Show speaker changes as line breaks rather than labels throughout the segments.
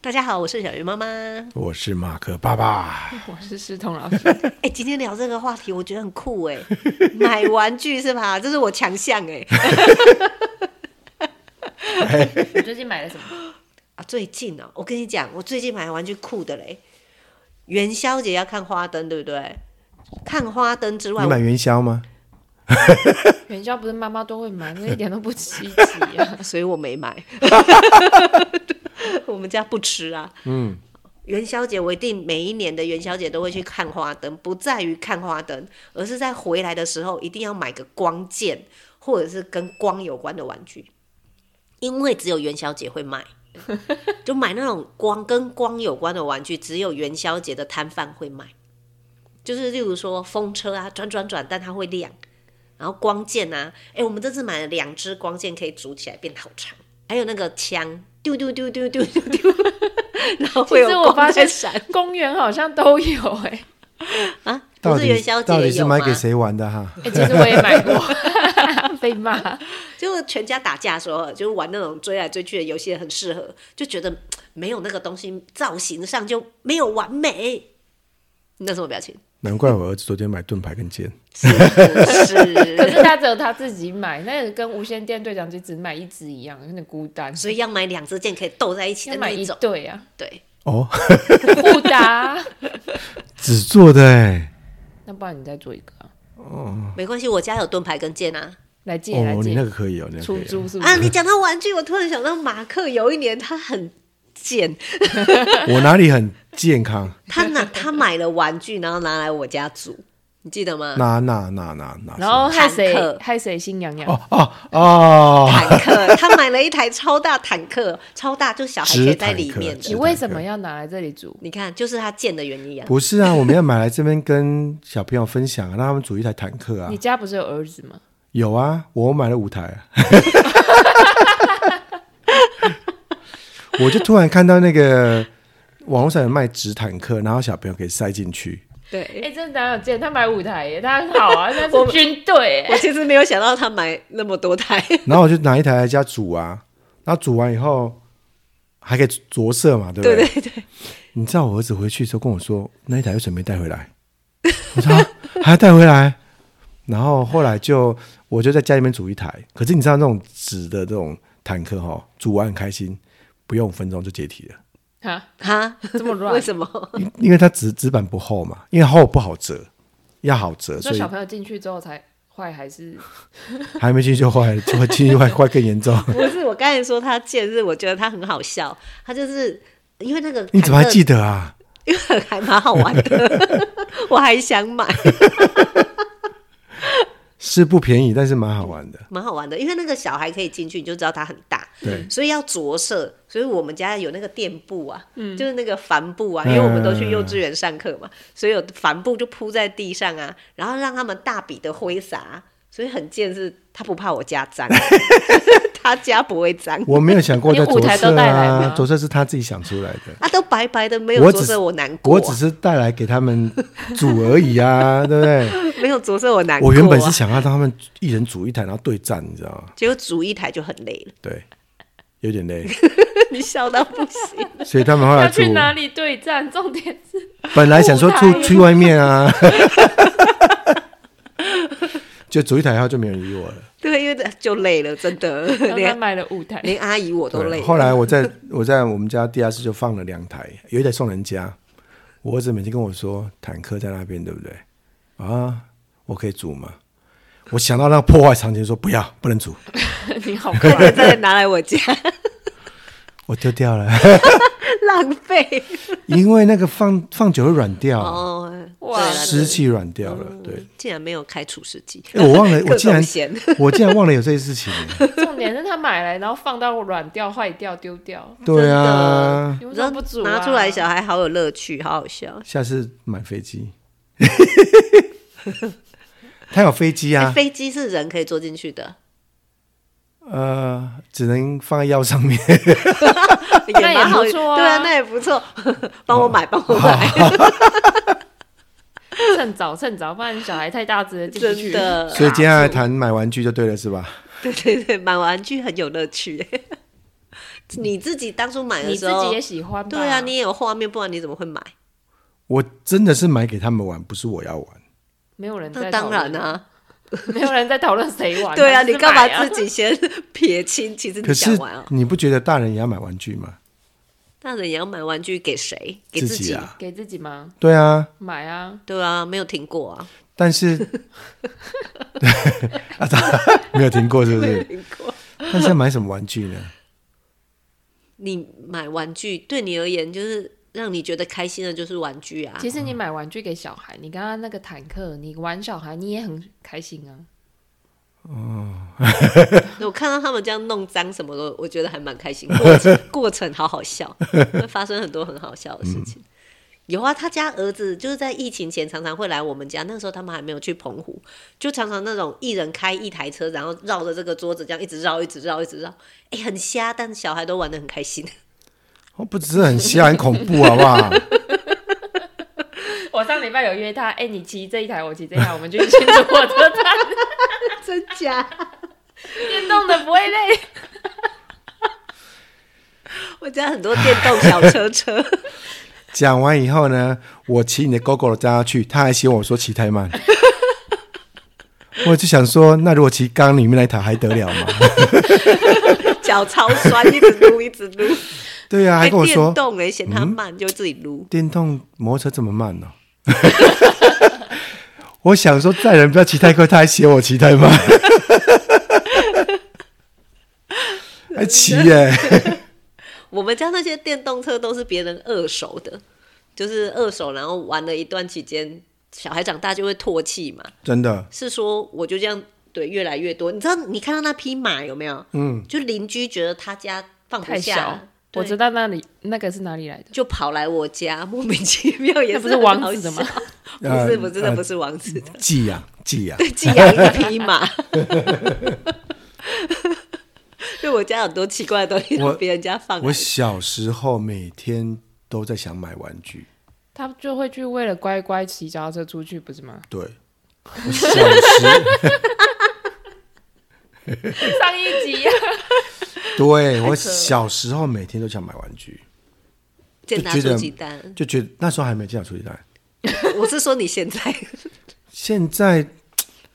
大家好，我是小鱼妈妈。
我是马克爸爸。
我是师彤老师，
哎、今天聊这个话题，我觉得很酷 哎、买玩具是吧？这是我强项哎。
你最近买了什 么？
啊，最近哦，我跟你讲，我最近买玩具酷的嘞。元宵节要看花灯，对不对？看花灯之外
你，买元宵吗？
元宵不是妈妈都会买，那一点都不稀奇啊。
所以我没买。 我们家不吃啊。嗯。元宵节我一定每一年的元宵节都会去看花灯，不在于看花灯，而是在回来的时候一定要买个光剑，或者是跟光有关的玩具，因为只有元宵节会卖。就买那种光跟光有关的玩具，只有元宵节的摊贩会卖。就是例如说风车啊，转转转，但它会亮。然后光剑啊，哎、我们这次买了两支光剑，可以组起来变好长。还有那个枪，丢丢丢丢丢丢丢，然后会
其
有
实我发
光在
现
闪
公园好像都有哎、欸，
啊！
到
不是
底
元宵节
到底
也
是
有吗
买？给谁玩的哈？
哎、其实我也买过， 被骂。
就是全家打架的时候，就是玩那种追来追去的游戏，很适合，就觉得嗯没有那个东西，造型上就没有完美。你那什么表情？
难怪我儿子昨天买盾牌跟剑，
是不是？
可是他只有他自己买，那个跟无线电对讲机只买一只一样，有点孤单。
所以要买两支箭可以斗在一起
要
的那
买
一
一
种。
对啊，
对，
哦，
互打。
纸做的哎，
那不然你再做一个、啊，
没关系，我家有盾牌跟剑啊。
来借、来
哦，你
借，
那个可以哦，你那
出
个可以
租是不是？
啊，你讲到玩具，我突然想到马克有一年他很贱，
哦，我哪里很健康？
他 拿他买了玩具，然后拿来我家煮，你记得吗？
那那那那那，
然后害谁
坦克
害谁心痒痒？
哦哦哦，
坦克，他买了一台超大坦克，超大就小孩可以在里面的
直坦
你。
克
为什么要拿来这里煮？
你看，就是他贱的原因啊。
不是啊，我们要买来这边跟小朋友分享啊，让他们组一台坦克啊
你。家不是有儿子吗？
有啊，我买了五台、 啊。我就突然看到那个网络上有卖纸坦克，然后小朋友可以塞进去。
哎、
对，
真的哪有见？他买五台耶，他很好 啊，那是军队耶。
我其实没有想到他买那么多台，
然后我就拿一台来家煮啊，然后煮完以后还可以着色嘛，对不
对
对？
对对，
你知道我儿子回去的时候跟我说，那一台为什么没带回来？我说、啊、还要带回来。然后后来就我就在家里面煮一台，可是你知道那种纸的这种坦克哈、哦，煮完很开心，不用五分钟就解体了。
哈，
哈，
这么乱
为什 么？
因因为它纸纸板不厚嘛，因为厚不好折，要好折，
你
所
说
以
小朋友进去之后才坏，还是
还没进去就坏了，就会进去坏坏更严 重。
不是，我刚才说他贱，是我觉得他很好笑，他就是因为那个
你怎么还
坦克
记得啊？
因为 还蛮好玩的， 我还想买，
是不便宜，但是蛮好玩的。
蛮好玩的。因为那个小孩可以进去，你就知道它很大，
对，
所以要着色。所以我们家有那个垫布啊，就是那个帆布啊，因
嗯
为我们都去幼稚园上课嘛，所以有帆布就铺在地上啊，然后让他们大笔的挥洒。所以很贱是，他不怕我家脏， 他家不会脏，
我没有想过在
你舞
着
台都
色
带来
啊
吗，
着色是他自己想出来的。
啊，都白白的，没有
我
着
只是
色我难过
我
啊、
只是带来给他们煮而已 啊，对不对？
没有着色我难过、啊。
我原本是想要让他们一人煮一台，然后对战，你知道吗？
结果煮一台就很累了，
对，有点累，
你笑到不行。
所以他们后来
要
煮
去，哪里对战？重点是
本来想说
舞
出
台
去外面啊， 就煮一台，然后就没有人理我了。
对，因为就累了，真的，
刚刚
连
买了五台，
连阿姨我都
对，
累。
后来我在我在我们家地下室就放了两台，有一台送人家。我儿子每天跟我说，坦克在那边，对不对？啊，我可以煮吗？我想到那个破坏场景，说不要，不能煮，
你好
啊
快
快，
点再拿来我家，
我丢掉了，
浪费
因为那个放放久会软掉，
哦！
哇
对啦
湿气软掉了。对，
竟然没有开除湿机，
哎我忘了，我
各
竟
种
然
咸。
我竟然忘了有这 些事情。
重点是他买来，然后放到软掉、坏掉、丢掉，
对啊，
你为什么不煮、啊？
拿出来，小孩好有乐趣，好好笑。
下次买飞机， 他有飞机
哎
啊，
飞机是人可以坐进去的，
呃，只能放在腰上 面。
也
那也
蛮好。
不错啊
对啊，那也不错。 帮我买，帮我买，
哦
趁早趁早，不然小孩太大只了进不
真
去。
的。
所以接下来谈买玩具就对了，是吧？
对对对，买玩具很有乐趣。 你自己当初买的
你
时
自
候，
己也喜欢吧？
对啊，你也有画面，不然你怎么会买？
我真的是买给他们玩，不是我要玩。
没有人在
那
讨
当
论
然，啊，
没有人在讨论谁 玩。
对啊，
但是
你干嘛
买啊
自己先 撇清？其实
可
你
是
想玩啊，
你不觉得大人也要买玩具吗？
大人也要买玩具给谁？给
自
己
啊，
给自己吗？
对啊。
买啊！
对啊，没有听过啊，
但是 啊，咋没有听过是不是？
听过。
但是要买什么玩具呢？
你买玩具对你而言，就是让你觉得开心的，就是玩具啊。
其实你买玩具给小孩，你刚刚那个坦克，你玩小孩你也很开心啊。
我看到他们这样弄脏什么的，我觉得还蛮开心。 过程过程好好笑，会发生很多很好笑的事情。
嗯
有啊，他家儿子就是在疫情前常常会来我们家，那个时候他们还没有去澎湖，就常常那种一人开一台车，然后绕着这个桌子这样一直绕，一直绕，一直绕。哎、很瞎，但小孩都玩的很开心。
哦，不只是很稀罕，很恐怖，好不好？
我上礼拜有约他，哎、你骑这一台，我骑这一台，我们就去牵着我的台，
真假？
电动的不会累。
我家很多电动小车车，
讲完以后呢，我骑你的 GoGo 带他去，他还嫌我说骑太慢。我就想说，那如果骑缸里面那一台还得 了吗？
脚超酸，一直撸，一直撸。
对啊，还
还
跟我说
电
嗯
动哎、嫌它慢就自己撸。
电动摩托车这么慢呢、 我想说载人不要骑太快，他还嫌我骑太 慢，还骑耶、
我们家那些电动车都是别人二手的，就是二手，然后玩了一段期间，小孩长大就会唾弃嘛。
真的。
是说我就这样对越来越多，你知道你看到那匹马有没有？嗯，就邻居觉得他家放不
太小
下，，
我
对
知道那里那个是哪里来的，
就跑来我家，莫名其妙也
那不
是
是
很好
王子的吗
笑？
呃
不是，不是，那
呃
不是王子的，
寄养寄养，
寄养一匹 马。因为我家有很多奇怪的东西，
我
让别人家放来啊
我小时候每天都在想买玩具，
他就会去为了乖乖骑脚踏车出去，不是吗？
对，我小时
上一集、啊
对我小时候每天都想买玩具，
健达
就觉
出
得
鸡蛋。
就觉得那时候还没见到出鸡蛋。
我是说你现在。
现在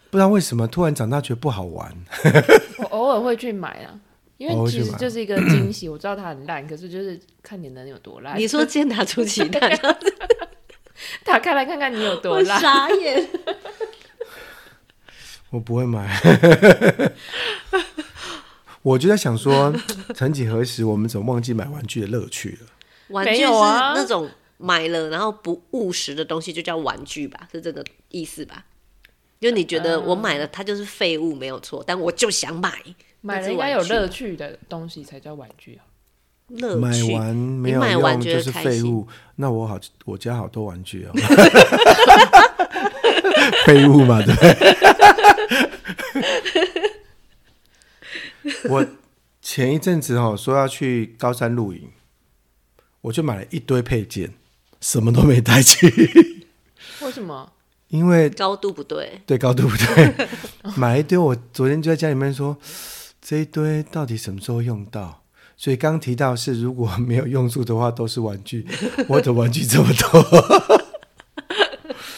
不知道为什么突然长大觉得不好玩，
我偶尔会去买啊，因
偶尔
为
去
其实
买
就是一个惊喜。我知道它很烂，可是就是看你能有多烂。
你说健达出奇蛋，
打开来看看你有多
我
烂。
傻 眼。
我不会买。我就在想说，曾几何时，我们怎么忘记买玩具的乐趣了？
玩具
没
是
有啊
那种买了然后不务实的东西，就叫玩具吧，是这个意思吧？就你觉得我买了它就是废物没有错，但我就想买，
买
那
了
是
应该
玩
有
具
乐趣的东西才叫玩具啊。
乐
买
趣。
完没
你
有
买完
用
觉
就
得
是
开
废
心
物。那我好，我家好多 玩具哦，废物嘛， 对不对？我前一阵子哦，说要去高山露营，我就买了一堆配件，什么都没带去，
为什么？
因为
高度不对，
对高度不对，买一堆。我昨天就在家里面说，这一堆到底什么时候用到？所以刚提到是如果没有用处的话，都是玩具。我的玩具这么多，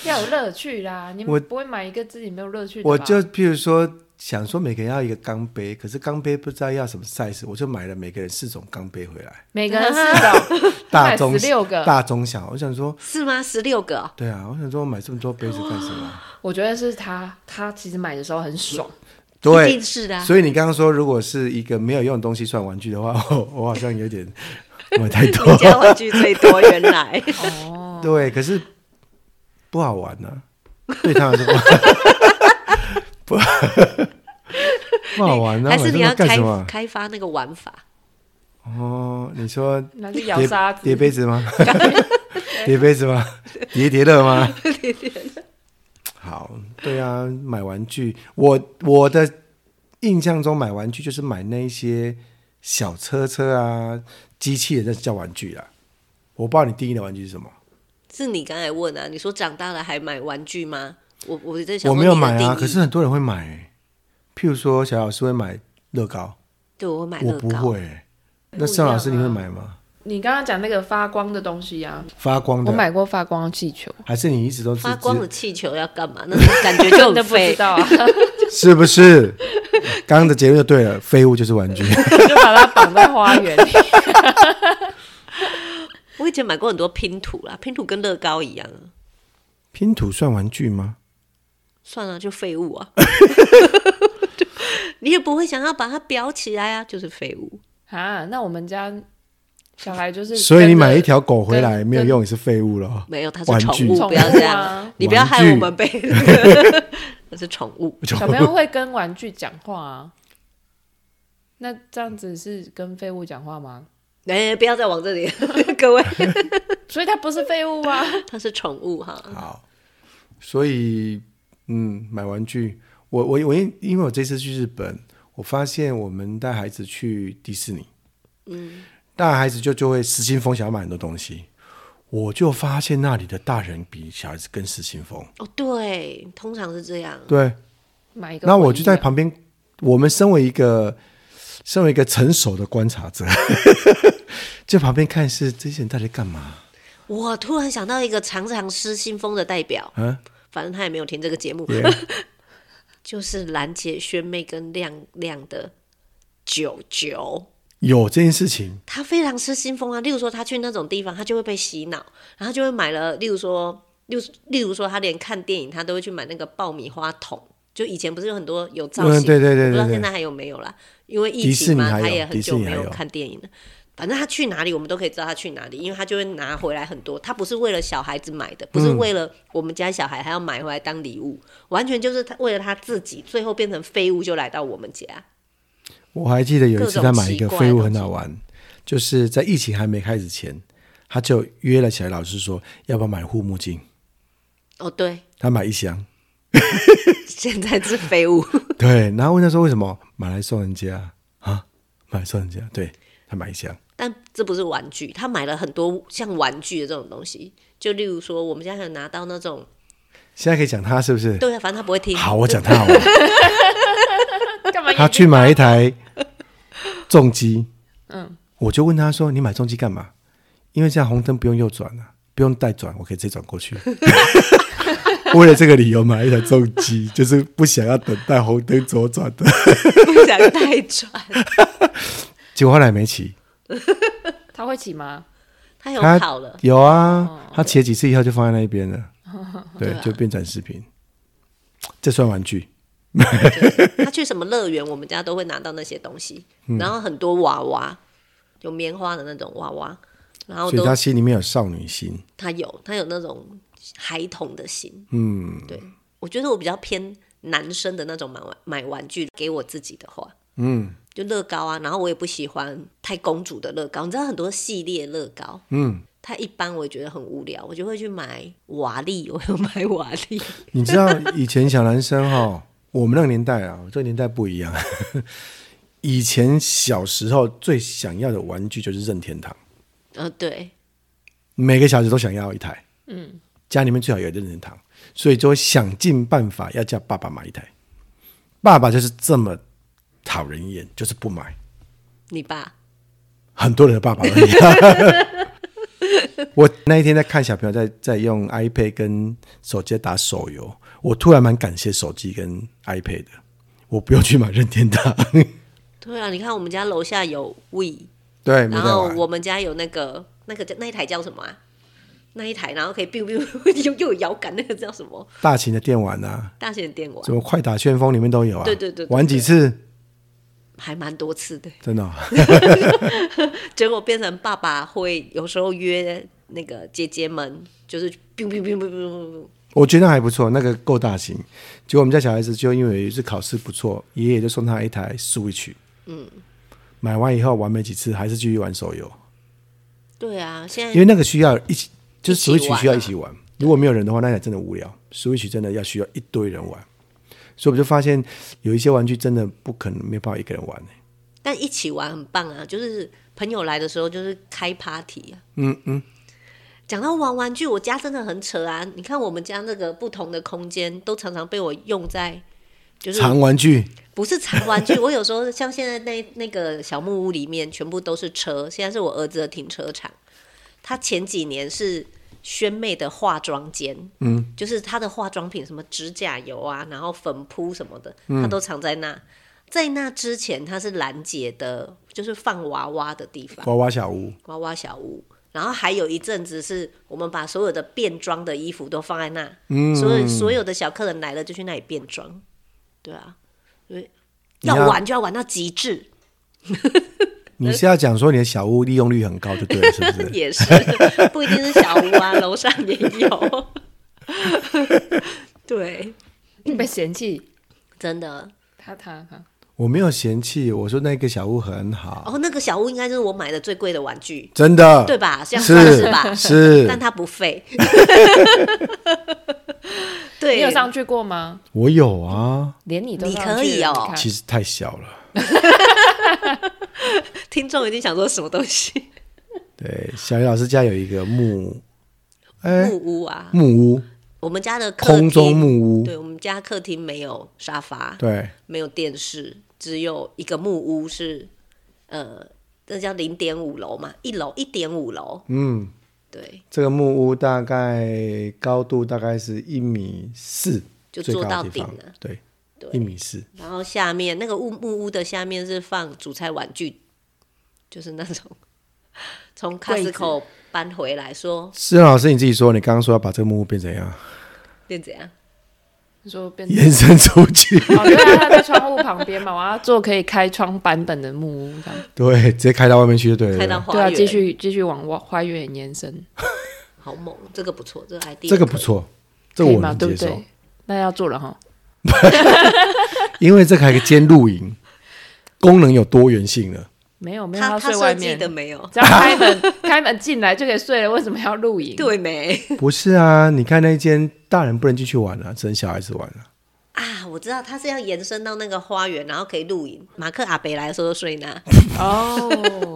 要有乐趣啦！你
我
们不会买一个自己没有乐趣的吧？
我就譬如说想说每个人要一个钢杯，可是钢杯不知道要什么 size，我就买了每个人四种钢杯回来，
每 个人四种，
大中
16个
大中小。我想说，
是吗？十六个哦，
对啊，我想说买这么多杯子干什么？
我觉得是他，他其实买的时候很爽。
一
对
定，是的啊。
所以你刚刚说如果是一个没有用的东西算玩具的话， 我我好像有点买太多。
你家玩具最多，原 来
哦，
对，可是不好玩呢、对他来说不 好不不好玩呢、啊，
还是你要
干
开
什么？
开发那个玩法？
哦，你说
嗯
拿去咬
叠
沙
叠
子。
杯子吗？ 叠杯子吗？叠叠乐吗？叠叠好，对啊，买玩具，我我的印象中买玩具就是买那一些小车车啊、机器人，那叫玩具啦。我不知道你定义的玩具是什么。
是你刚才问啊？你说长大了还买玩具吗？我我在想
我
说
没有
你的
买啊，
定义
可是很多人会买欸、譬如说，小老师会买乐高，
对我买
我
乐
不
高，
会欸、那盛老师
不一
你
样啊
会买吗？
你刚刚讲那个发光的东西啊，
发光
我
的，
买过发光的气球，
还是你一直都是
发光的气球要干嘛？那种感觉就
那
很
不知
废。
道啊，
是不是？ 刚刚的结论就对了，废物就是玩具。
就把它绑在花园里。
我以前买过很多拼图啦，拼图跟乐高一样啊，
拼图算玩具吗？
算了，就废物啊。 就你也不会想要把它裱起来啊，就是废物。
啊，那我们家小孩就是，
所以你买一条狗回来
跟
没有用，也是废物了哦。
没有，它
玩
是宠
具
物，
宠
不要
物
这样
啊，
你不要害
玩具
我们被。 它是宠物，
小朋友会跟玩具讲话啊。那这样子是跟废物讲话吗？
哎、不要再往这里， 各位，
所以它不是废物啊。
它是宠物哈。
好，所以嗯，买玩具，我我我因因为我这次去日本，我发现我们带孩子去迪士尼，嗯，大孩子就就会失心疯，想要买很多东西。我就发现那里的大人比小孩子更失心疯，
哦，对，通常是这样。
对。
买一个回忆
那
啊，
我就在旁边，我们身为一个身为一个成熟的观察者， 就旁边看是这些人到底在干嘛？
我突然想到一个常常失心疯的代表，
啊
反正他也没有听这个节目， 就是兰姐、轩妹跟亮亮的九九。
有这件事情，
他非常失心疯啊。例如说，他去那种地方，他就会被洗脑，然后就会买了。例如说，例如例如说，他连看电影，他都会去买那个爆米花桶。就以前不是有很多有造型，
嗯对对
我不
对对
知道
对
现在还有没有啦，因为疫
迪士
情
尼
嘛，
还有
他也很久没
迪士尼还有
看电影了。反正他去哪里，我们都可以知道他去哪里，因为他就会拿回来很多。他不是为了小孩子买的，不是为了我们家小孩还要买回来当礼物，完全就是他为了他自己，最后变成废物就来到我们家。
我还记得有一次
各种
他买一
奇
个
怪的
废物
东
很
西
好玩，就是在疫情还没开始前，他就约了起来，老师说要不要买护目镜，
哦，对，
他买一箱，
现在是废物。
对，然后问他说为什么买来送人家啊？买来送人家，对他买一箱，
但这不是玩具，他买了很多像玩具的这种东西，就例如说，我们家还有拿到那种，
现在可以讲他是不是？
对啊，反正他不会听。
好，我讲他好了。
干嘛？
他去买一台重机，嗯，我就问他说：“你买重机干嘛？因为这样红灯不用右转啊，不用带转，我可以直接转 过去。” 为了这个理由买了一台重机，就是不想要等待红灯左转的。
不想带转。
结果后来没骑，
他会骑吗？
他有
他
考了，
有啊，他骑了几次以后就放在那边了，对
哦对，啊
就变展示品。这算玩具，
他去什么乐园，我们家都会拿到那些东西，然后很多娃娃，有棉花的那种娃娃，然后
所以
都
他心里面有少女心。
他有他有那种孩童的心，嗯，对，我觉得我比较偏男生的那种买玩买玩具，给我自己的话，嗯，就乐高啊，然后我也不喜欢太公主的乐高，你知道很多系列乐高，嗯，它一般我也觉得很无聊，我就会去买瓦力，我有买瓦力，
你知道以前小男生哈， 我们那个年代啊，这个年代不一样。 以前小时候最想要的玩具就是任天堂，
呃，对，
每个小孩子都想要一台。嗯，家里面最好有任天堂，所以就会想尽办法要叫爸爸买一台。爸爸就是这么讨人厌，就是不买。
你爸，
很多人的爸爸而已。 我那一天在看小朋友在在用 iPad 跟手机打手游，我突然蛮感谢手机跟 iPad 的，我不用去买任天堂。
对啊，你看我们家楼下有 We，
对，没
然
在
后
玩。
我们家有那个那个叫那一台叫什么啊？那一台，然后可以 biu biu 又又有摇杆，那个叫什么？
大型的电玩啊，
大型的电玩
什，么快打旋风里面都有啊。
对对对对
玩几次？
还蛮多次的。
真的哦、
结果变成爸爸会有时候约那个姐姐们，就是哔哔哔哔哔哔，
我觉得还不错，那个够大型。结果我们家小孩子就因为有一次考试不错，爷爷就送他一台 Switch。嗯，买完以后玩没几次，还是继续玩手游。
对啊，现
因
在
为那个需要一起，就
一
是
起
Switch
玩
需要
啊
一起玩。如果没有人的话，那也真的无聊。Switch 真的要需要一堆人玩，所以我就发现有一些玩具真的不可能没办法一个人玩、欸
但一起玩很棒啊，就是朋友来的时候就是开 party 啊。嗯嗯。讲到玩玩具，我家真的很扯啊！你看我们家那个不同的空间，都常常被我用在就是
藏玩具，
不是藏玩具，我有时候像现在那那个小木屋里面全部都是车，现在是我儿子的停车场。他前几年是轩妹的化妆间，嗯，就是她的化妆品，什么指甲油啊，然后粉扑什么的，他都藏在那。在那之前，他是兰姐的，就是放娃娃的地方，
娃娃小屋，
娃娃小屋。然后还有一阵子是我们把所有的变装的衣服都放在那，
嗯
所以所有的小客人来了就去那里变装，对啊，所以
你
要
要
玩就要玩到极致，
你是要讲说你的小屋利用率很高就对了，是不是？
也是不一定是小屋啊，楼上也有， 对，嗯
被嫌弃，
真的
他他他，
我没有嫌弃，我说那个小屋很好，
哦，那个小屋应该就是我买的最贵的玩具，
真的，
对吧？这样
啊是
算是吧？
是
但它不 废，对，
你有上去过吗？
我有啊，
连你都
你
上
可以
去了
哦
你看
其实太小了。
听众一定想说什么东西？
对，小鱼老师家有一个木，哎、
木屋啊，
木屋，
我们家的客
空中
厅
木屋，
对我们家客厅没有沙发，
对，
没有电视，只有一个木屋是，呃，这叫零点五楼嘛，一楼一点五楼，
嗯，
对，
这个木屋大概高度大概是一米四，
就
最
坐
高
到
的地
顶
方
了，
对，
对
一米四，
然后下面那个木木屋的下面是放主菜玩具，就是那种 从
柜子
Costco 搬回来说
思仁老师，你自己说，你刚刚说要把这个木屋变怎样？
变怎样？
你说变成
延伸出去，
哦，对啊，他在窗户旁边嘛，我要做可以开窗版本的木屋，这样
对，直接开到外面去就对
开到
了。
花
对
园，
啊，继续继续往花花园延伸，
好猛，这个不错，这个 idea
这个
可
不
以，
错，这
可
个
以
我
吗？
能
对
接
不
受
对，？那要做了哈，
因为这个还可以兼露营，功能有多元性 了。
没有没有，
他
要
他
睡外
设计
面，
的没有？
只要开门开门进来就可以睡了，为什么要露营？
对没
不是啊，你看那间大人不能进去玩啊，只能小孩子玩啊。
啊？我知道他是要延伸到那个花园，然后可以露营。马克阿北来的时候就睡那，
哦，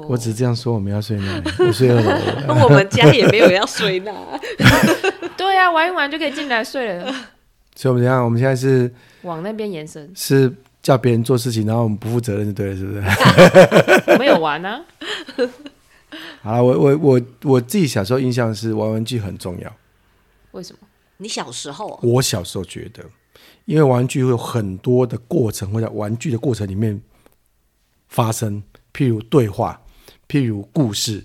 我只是这样说，我们要睡那里， 我睡二楼。
我们家也没有要睡那。
对啊，玩一玩就可以进来睡了，
所以我们怎样？我们现在是
往那边延伸，
是叫别人做事情，然后我们不负责任，就对了，是不是？
我们有玩啊，
好了，我我我我自己小时候印象是玩玩具很重要。
为什么？
你小时候啊
我小时候觉得，因为玩具会有很多的过程，会在玩具的过程里面发生，譬如对话，譬如故事，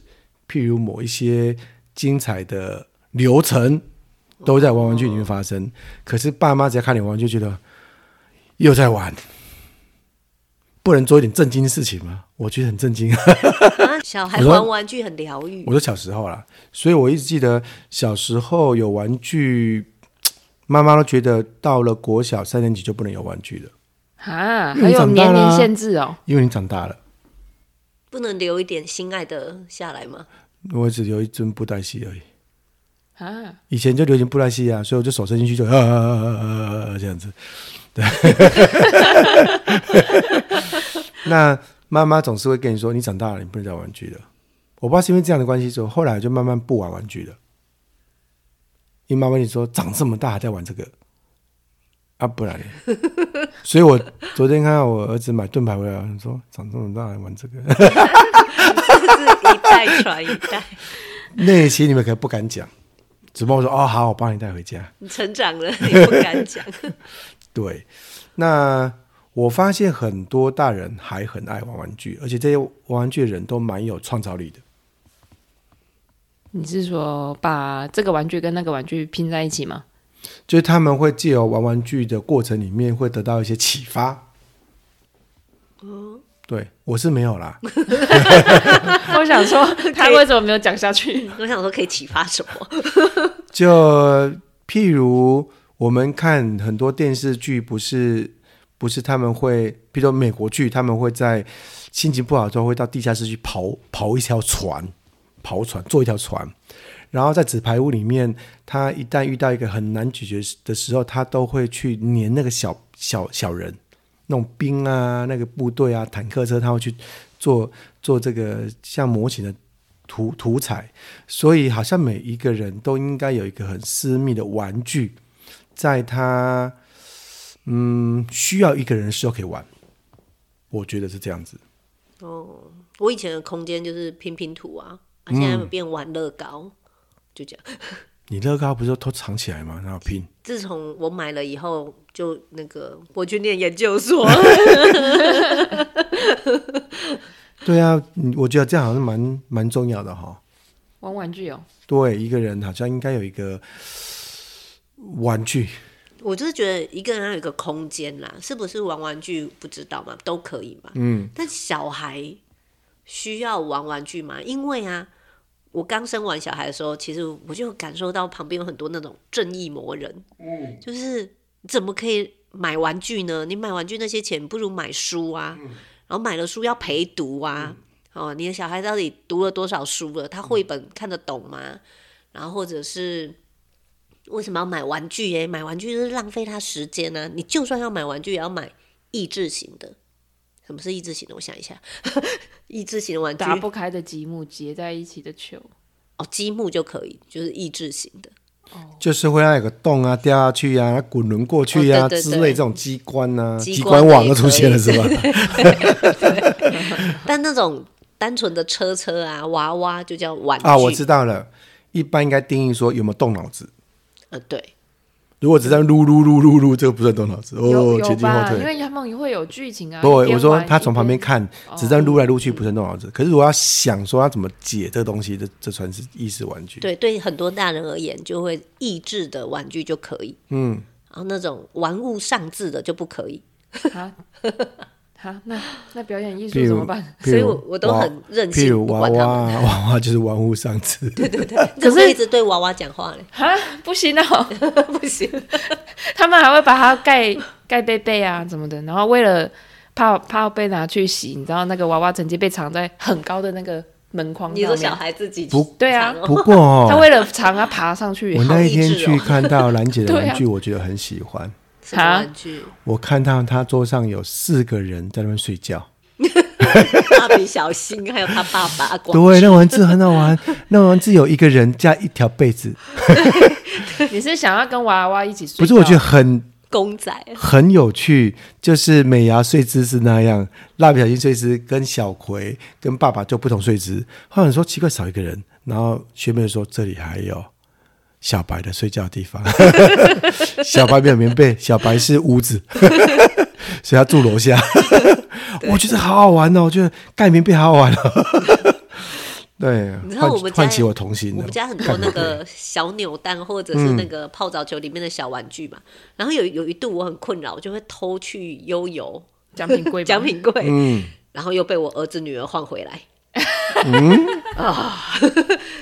譬如某一些精彩的流程，都在玩玩具里面发生。可是爸妈只要看你玩，就觉得又在玩，不能做一点震惊的事情吗？我觉得很震惊。
啊，小孩
我 说
玩玩具很疗愈
我，说小时候啦，所以我一直记得小时候有玩具，妈妈都觉得到了国小三年级就不能有玩具了，
啊，
因为
还
你
有
长大
年
啦
龄限制哦，
因为你长大了。
不能留一点心爱的下来 吗？
我只留一尊布袋戏而已，
啊，
以前就流行布袋戏啊，所以我就手伸进去就啊啊啊啊啊啊啊这样子。对， 那妈妈总是会跟你说，你长大了，你不能再玩玩具了。我不知道是因为这样的关系，之后后来我就慢慢不玩玩具了。因为妈妈跟你说，长这么大还在玩这个啊，不然呢。所以我昨天看到我儿子买盾牌回来，他说长这么大还玩这个，
就是一代传一代，
内心里面可不敢讲，只不过我说哦好，我帮你带回家。
你成长了，你不敢 讲。
对，那我发现很多大人还很爱玩玩具，而且这些玩玩具的人都蛮有创造力的。
你是说把这个玩具跟那个玩具拼在一起吗？
就是他们会借由玩玩具的过程里面，会得到一些启发。对，我是没有啦。
我想说，他为什么没有讲下去？
我想说可以启发什么？
就譬如我们看很多电视剧，不是不是他们会，譬如说美国剧，他们会在心情不好的时候会到地下室去刨刨一条船，刨船做一条船，然后在纸牌屋里面，他一旦遇到一个很难解决的时候，他都会去粘那个小小小人，那种兵啊，那个部队啊，坦克车，他会去做做这个像模型的图图彩。所以好像每一个人都应该有一个很私密的玩具，在他嗯，需要一个人的时候可以玩，我觉得是这样子。
哦，我以前的空间就是拼拼图啊，啊现在
嗯
有变玩乐高，就这样。
你乐高不是都藏起来吗？然后拼，
自从我买了以后，就那个我去念研究所，
对啊，嗯我觉得这样好像蛮蛮重要的哈。
玩玩具哦，
对，一个人好像应该有一个玩具，
我就是觉得一个人要有一个空间啦，是不是玩玩具不知道嘛，都可以嘛。嗯，但小孩需要玩玩具吗？因为啊，我刚生完小孩的时候，其实我就感受到旁边有很多那种正义魔人，嗯，就是怎么可以买玩具呢？你买玩具那些钱，不如买书啊。然后买了书要陪读啊，哦，你的小孩到底读了多少书了？他绘本看得懂吗？然后或者是为什么要买玩具、耶？买玩具就是浪费他时间呢、你就算要买玩具，也要买益智型的。什么是益智型的？我想一下， 益智型的玩具
打不开的积木结在一起的球，
哦，积木就可以，就是益智型的。
就是会让有个洞啊掉下去啊，滚轮过去呀、啊
哦对对对
之类这种机关啊，
机
机
关
关网都出现了
也可
是
以
吧？
但那种单纯的车车啊、娃娃就叫玩具
啊，我知道了，一般应该定义说有没有动脑子。
呃，对，
如果只在噜噜噜噜噜，这个不算动脑子
有
哦，
有
前进后
吧？因
退。
为他们也会有剧情啊。
不，
一边哦
我说
玩
他从旁边
一
看，只在 撸来撸去，不算动脑子。可是如果要想说要怎么解这东西，这这算是意识玩具。
对，对很多大人而言，就会益智的玩具就可以。嗯，然后那种玩物丧志的就不可以。
边啊。好，那那表演艺
譬
术
如
怎么 办？
譬
所以
如
我我都
娃
很任性
譬如
不
娃
管
娃
他
啊，娃娃就是玩物丧志。对对对，
你怎么可以一直对娃娃讲话嘞？
啊，不行哦，
不行，
他们还会把它盖盖被被啊什么的，然后为了怕怕被拿去洗，你知道那个娃娃曾经被藏在很高的那个门框
你
上
说小
面，
孩自己
不
对啊
藏哦
不过哦
他为了藏啊爬上去
我，那一天
好益智哦
去看到兰姐的
对啊
玩具，我觉得很喜欢。
什么玩具？
我看到她桌上有四个人在那边睡觉，
蜡笔小新，还有他爸爸光，
对，那玩具很好玩。那玩具有一个人加一条被子，
你是想要跟娃娃一起睡觉？
不是我觉得很
公仔，
很有趣，就是美牙睡姿是那样，蜡笔小新睡姿跟小葵跟爸爸就不同睡姿。后来我说奇怪少一个人，然后学妹就说这里还有小白的睡觉 地方，小白没有棉被，小白是屋子，所以他住楼下。我觉得好好玩哦，我觉得盖棉被好好玩哦。 对
你，知道
唤
我们家
唤起我童心
我
了
们。家很多那个小扭蛋或者是那个泡澡球里面的小玩具嘛。然后有有一度我很困扰，我就会偷去悠游
奖品贵吧，
奖品柜，
嗯
然后又被我儿子女儿换回来。 啊，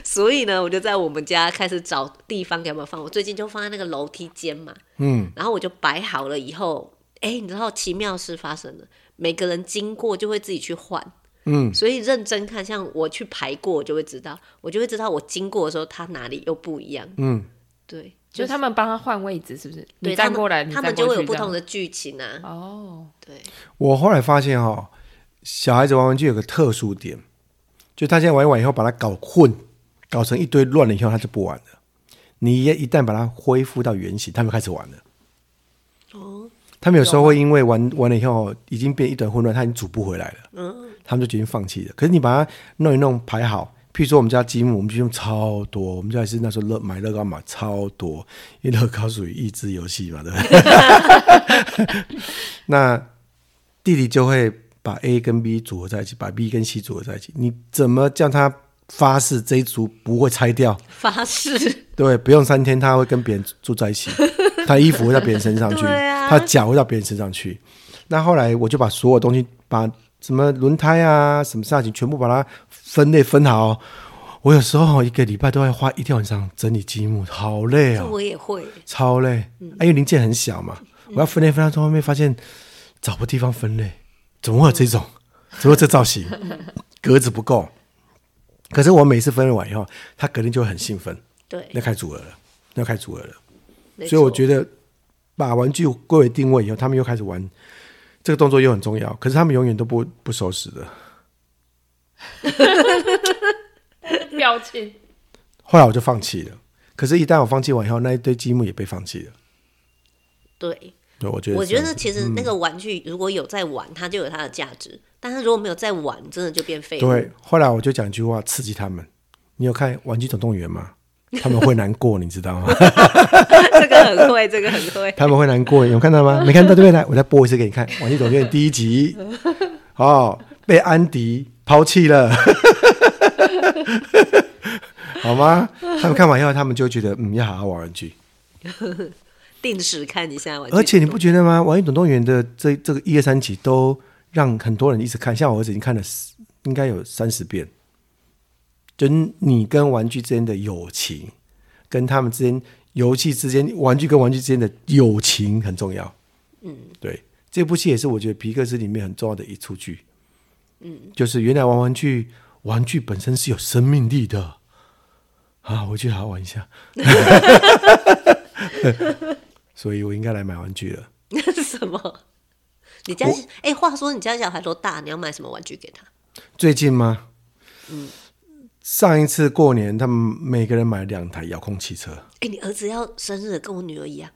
所以呢，我就在我们家开始找地方给他们放。我最近就放在那个楼梯间嘛，嗯，然后我就摆好了以后，哎、你知道奇妙事发生了，每个人经过就会自己去换，嗯，所以认真看，像我去排过，我就会知道，我就会知道我经过的时候它哪里又不一样，
嗯，
对，
就是他们帮他换位置，是不是？
对
你
他
站
们
过来，你
他
站
们就
过
会
去
有不
这样
同的剧情啊，
哦，
对，
我后来发现哈、哦，小孩子玩玩具有个特殊点，就他现在玩一玩以后，把它搞混，搞成一堆乱了以后，他就不玩了。你一一旦把它恢复到原形，他们开始玩了。
哦，
他们有时候会因为玩玩了以后，已经变一团混乱，他已经组不回来了，嗯，他们就决定放弃了。可是你把它弄一弄排好，譬如说我们家积木，我们就用超多，我们家也是那时候乐买乐高买超多，因为乐高属于益智游戏嘛，对不对？ 那弟弟就会把 A 跟 B 组合在一起，把 B 跟 C 组合在一起，你怎么叫他发誓这一组不会拆掉？
发誓，
对，不用三天，他会跟别人住在 一起，他衣服会到别人身上去，
对啊
他脚会到别人身上去。那后来我就把所有东西，把什么轮胎啊、什么煞气，全部把它分类分好。我有时候一个礼拜都要花一天晚上整理积木，好累
这
哦，
我也会，
超累。
嗯
啊因为零件很小嘛，我要分类分到最后面，发现找不地方分类，怎么会有这种？
嗯
怎么会有这 造型？格子不够。可是我每次分类完以后，他肯定就会很兴奋。
对，
要开组合了，要开组合了。
没
所以我
错
觉得把玩具归为定位以后，他们又开始玩这个动作又很重要，可是他们永远都不不收拾的。
表情
后来我就放弃了，可是，一旦我放弃完以后，那一堆积木也被放弃了。
对，
对我觉得
我
是
觉
这样子，嗯
得其实那个玩具如果有在玩，它就有它的价值；但是如果没有在玩，真的就变废物。
对。后来我就讲一句话刺激他们：你有看《玩具总动员》吗？他们会难过，你知道 吗？
这个很会，这个很会。
他们会难过，有看到吗？没看到对不对？来，我再播一次给你看，《玩具总动员》第一集，哦，被安迪抛弃了，好吗？他们看完以后，他们就觉得嗯，要好好玩玩具。
定时看一下玩具，
而且你不觉得吗？《玩具总动员》的这这个一二三集都让很多人一直看，像我儿子已经看了十应该有三十遍。就是你跟玩具之间的友情，跟他们之间游戏之间，玩具跟玩具之间的友情很重要。嗯，对，这部戏也是我觉得皮克斯里面很重要的一出剧。嗯，就是原来玩玩具，玩具本身是有生命力的。啊，回去好好玩一下。所以我应该来买玩具了。
那是 什么？你家哎、话说你家小孩多大？你要买什么玩具给他？
最近吗？
嗯
上一次过年，他们每个人买了两台遥控汽车，
哎、你儿子要生日，跟我女儿一样。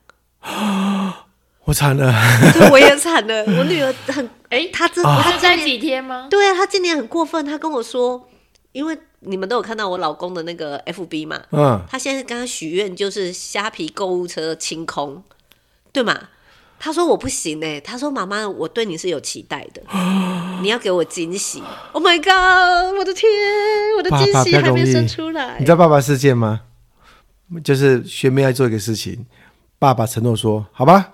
我惨了。
对，我也惨了，我女儿很哎，她真
啊
她
他在
今
几
年
天吗？
对啊，她今年很过分，她跟我说，因为你们都有看到我老公的那个 FB 嘛，
哎
嗯，
他现在跟他许愿就是虾皮购物车清空，对吗？他说我不行哎、他说妈妈，我对你是有期待的，你要给我惊喜。Oh my god！我的天，我的
爸
惊
爸
喜
不要
还没
容易
生出来
你知。道爸爸事件吗？就是学妹要做一个事情，爸爸承诺说：“好吧，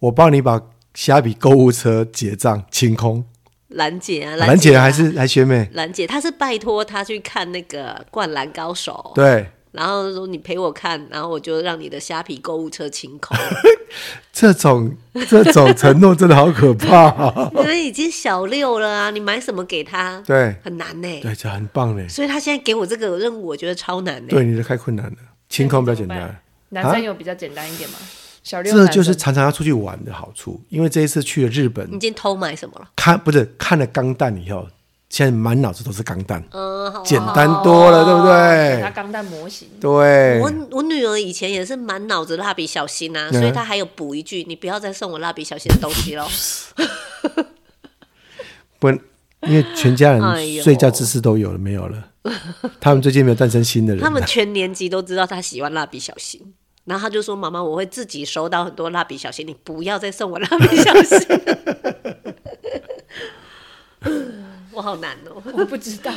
我帮你把虾比购物车结账清空。
兰姐啊，”
兰姐
姐啊
还是还学妹？
兰姐，她是拜托她去看那个《灌篮高手》，
对，
然后说你陪我看，然后我就让你的虾皮购物车清 空。
这种这种承诺真的好可怕、啊
你们已经小六了啊，你买什么给他？
对
很难呢、
对，这很棒嘞。
所以他现在给我这个任务，我觉得超难呢、
对，你这太困难了，清空比较简
那你怎么
单
办。男生有比较简单一点吗？小六
这
男生
就是常常要出去玩的好处，因为这一次去了日
你
本，
今天偷买什么了？
看不是看了钢弹以后，现在满脑子都是钢弹，
嗯，好啊
简单多了，对不
给他
对？
钢弹模型。
哦我
对，
我女儿以前也是满脑子蜡笔小新啊，
嗯
所以她还有补一句：“你不要再送我蜡笔小新的东西喽。
不，因为全家
哎
人
呦
睡觉姿势都有了，没 有了。他们最近没有诞生新的”人
他们
了，
全年级都知道她喜欢蜡笔小新，然后她就说：“妈妈，我会自己收到很多蜡笔小新，你不要再送我蜡笔小新。” 我好难哦，
我不知道，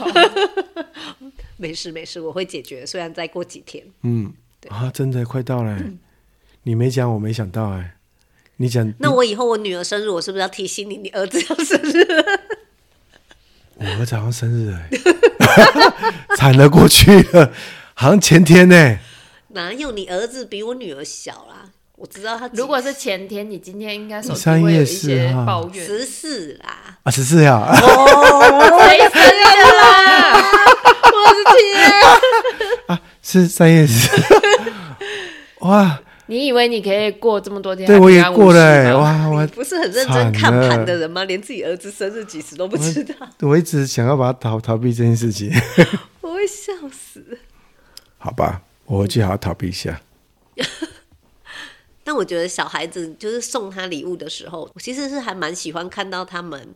没事没事，我会解决。虽然再过几天，
嗯啊，真的快到了，
嗯
你没讲我没想到哎，你讲
那我以后我女儿生日，我是不是要提醒你，你儿子要生日？
我儿子好像生日哎， 惨了过去了，好像前天哎呢，
哪有你儿子比我女儿小啦？我知道他
如果是前天，你今天应该手机
三
会有
月
一
四
些
号
抱怨，
十四啦。
啊十四呀。
谁生日啦？
是三月 十，哇，
你以为你可以过这么多天？
对我也过了、
哎、
欸，哇，我
不是很认真看盘的人吗？连自己儿子生日几时都不知道，
我一直想要把它逃逃避这件事情，
我会笑死。
好吧，我回去好好逃避一下。
但我觉得小孩子就是送他礼物的时候，我其实是还蛮喜欢看到他们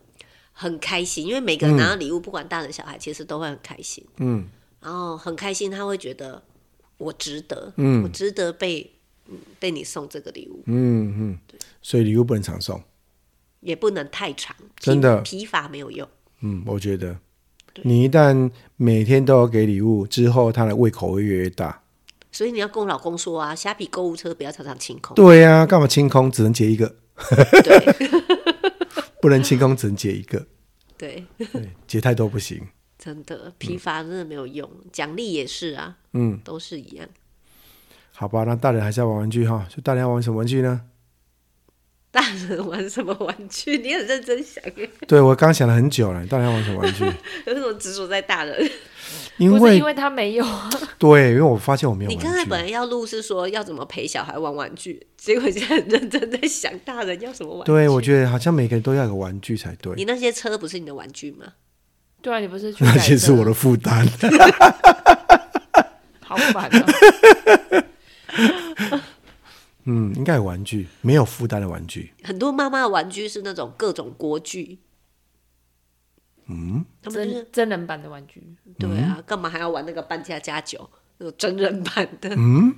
很开心，因为每个人拿到礼物，不管大人小孩，其实都会很开心。
嗯，
然后很开心，他会觉得我值得，
嗯
我值得被、嗯、被你送这个礼物，
嗯嗯，所以礼物不能常送，
也不能太长，疲
真的
疲乏没有用。
嗯，我觉得你一旦每天都要给礼物，之后他的胃口会越来越大。
所以你要跟我老公说啊，虾皮购物车不要常常清空。
对啊呀、干嘛清空？只能结一个，
对
不能清空，只能结一个，
对，
对，结太多不行。
真的疲乏真的没有用，奖励也是啊，
嗯，
都是一样。
好吧，那大人还是要玩玩具哈，就大人要玩什么玩具呢？
大人玩什么玩具？你很认真想耶，
对我刚想了很久了，大人要玩什么玩具？
有什么执着在大人？
因
不是
为
因为他没有啊，
对，因为我发现我没有
你
玩具。
刚才本来要录是说要怎么陪小孩玩玩具，结果现在很认真在想大人要什么玩具。
对，我觉得好像每个人都要有个玩具才
你
对，
那些车不是你的玩具吗？
对啊，你不是 去
那
改
些是
车
我的负担。
好烦啊！
嗯，应该有玩具，没有负担的玩具，
很多妈妈的玩具是那种各种锅具，嗯，他们就是
真真人版的玩具，
对
嗯
啊，干嘛还要玩那个扮家家酒？那种真人版的，
嗯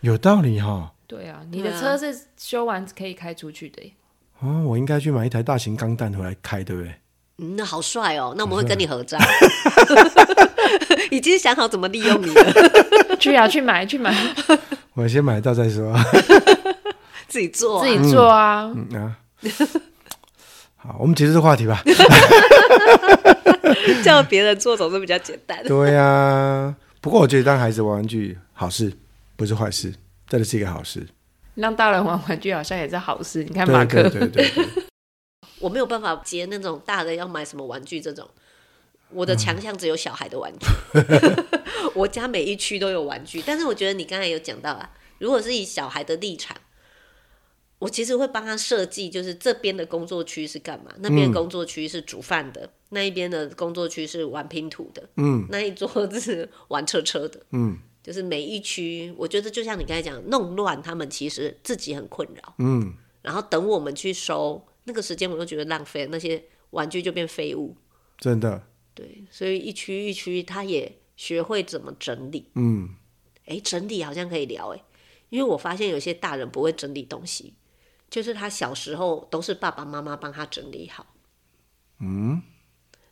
有道理哈、
对啊，你的
对啊
车是修完可以开出去的耶，
哦，我应该去买一台大型钢弹回来开，对不对？
嗯，那好帅哦，那我们会跟你合 照，已经想好怎么利用你了，
去啊，去买，去买，
我先买到再说。
自己做啊、
自己做啊，
嗯啊，好，我们结束这话题吧。
叫别人做总是比较简单。
对呀、不过我觉得让孩子玩玩具好事，不是坏事，真的是一个好事。
让大人玩玩具好像也是好事。你看马
对
克，
对对对对，
我没有办法接那种大人要买什么玩具这种，我的强项只有小孩的玩具。 我家每一区都有玩具，但是我觉得你刚才有讲到啊，如果是以小孩的立场，我其实会帮他设计，就是这边的工作区是干嘛，那边的工作区是煮饭的，那一边的工作区是玩拼图的，
嗯，
那一桌子是玩车车的，
嗯，
就是每一区，我觉得就像你刚才讲，弄乱他们其实自己很困扰。
嗯，
然后等我们去收，那个时间我都觉得浪费，那些玩具就变废物。
真的，
对，所以一区一区，他也学会怎么整理。
嗯，
诶，哎整理好像可以聊诶，因为我发现有些大人不会整理东西，就是他小时候都是爸爸妈妈帮他整理好。嗯，
嗯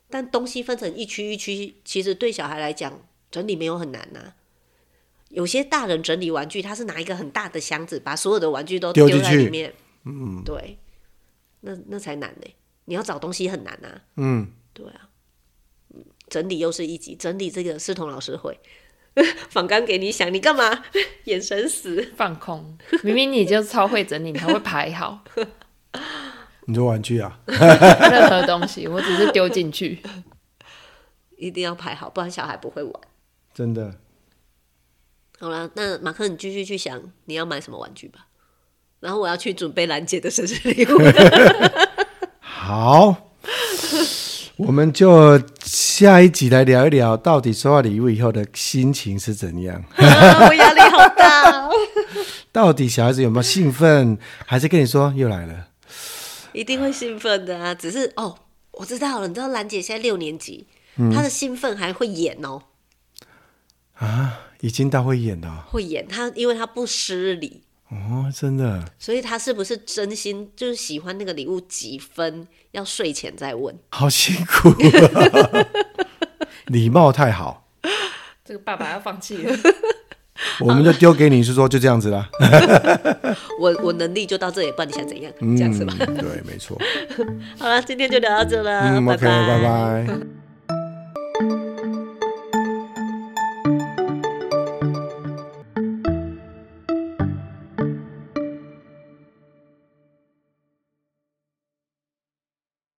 但东西分成一区一区，其实对小孩来讲整理没有很难呐、有些大人整理玩具，他是拿一个很大的箱子，把所有的玩具都
丢进
在里
去
面。嗯，对，那那才难呢。你要找东西很难啊。
嗯，
对啊，嗯整理又是一集，整理这个思彤老师会。 仿纲给你想，你干嘛？ 眼神死。
放空。明明你就超会整理，你还会排好
你说玩具啊？
任何东西，我只是丢进去。
一定要排好，不然小孩不会玩。
真的，
好了，那马克，你继续去想你要买什么玩具吧。然后我要去准备兰姐的生日礼 物。
好， 我们就下一集来聊一聊，到底收到礼物以后的心情是怎样？
啊我压力好大、哦，
到底小孩子有没有兴奋，还是跟你说又来了？
一定会兴奋的啊！只是哦，我知道了，你知道兰姐现在六年级，她的兴奋还会演哦，
啊，已经到会演了哦
会演。她因为她不失礼，
哦，真的
所以她是不是真心就是喜欢那个礼物几分？要睡前再问。
好辛苦、啊，礼貌太好，
这个爸爸要放弃了，
我们就丢给你是说就这样子啦。
我我能力就到这里，不然你想怎样？这样是吧？
嗯，对，没错。嗯
好了，今天就聊到这了，
嗯，OK，拜拜。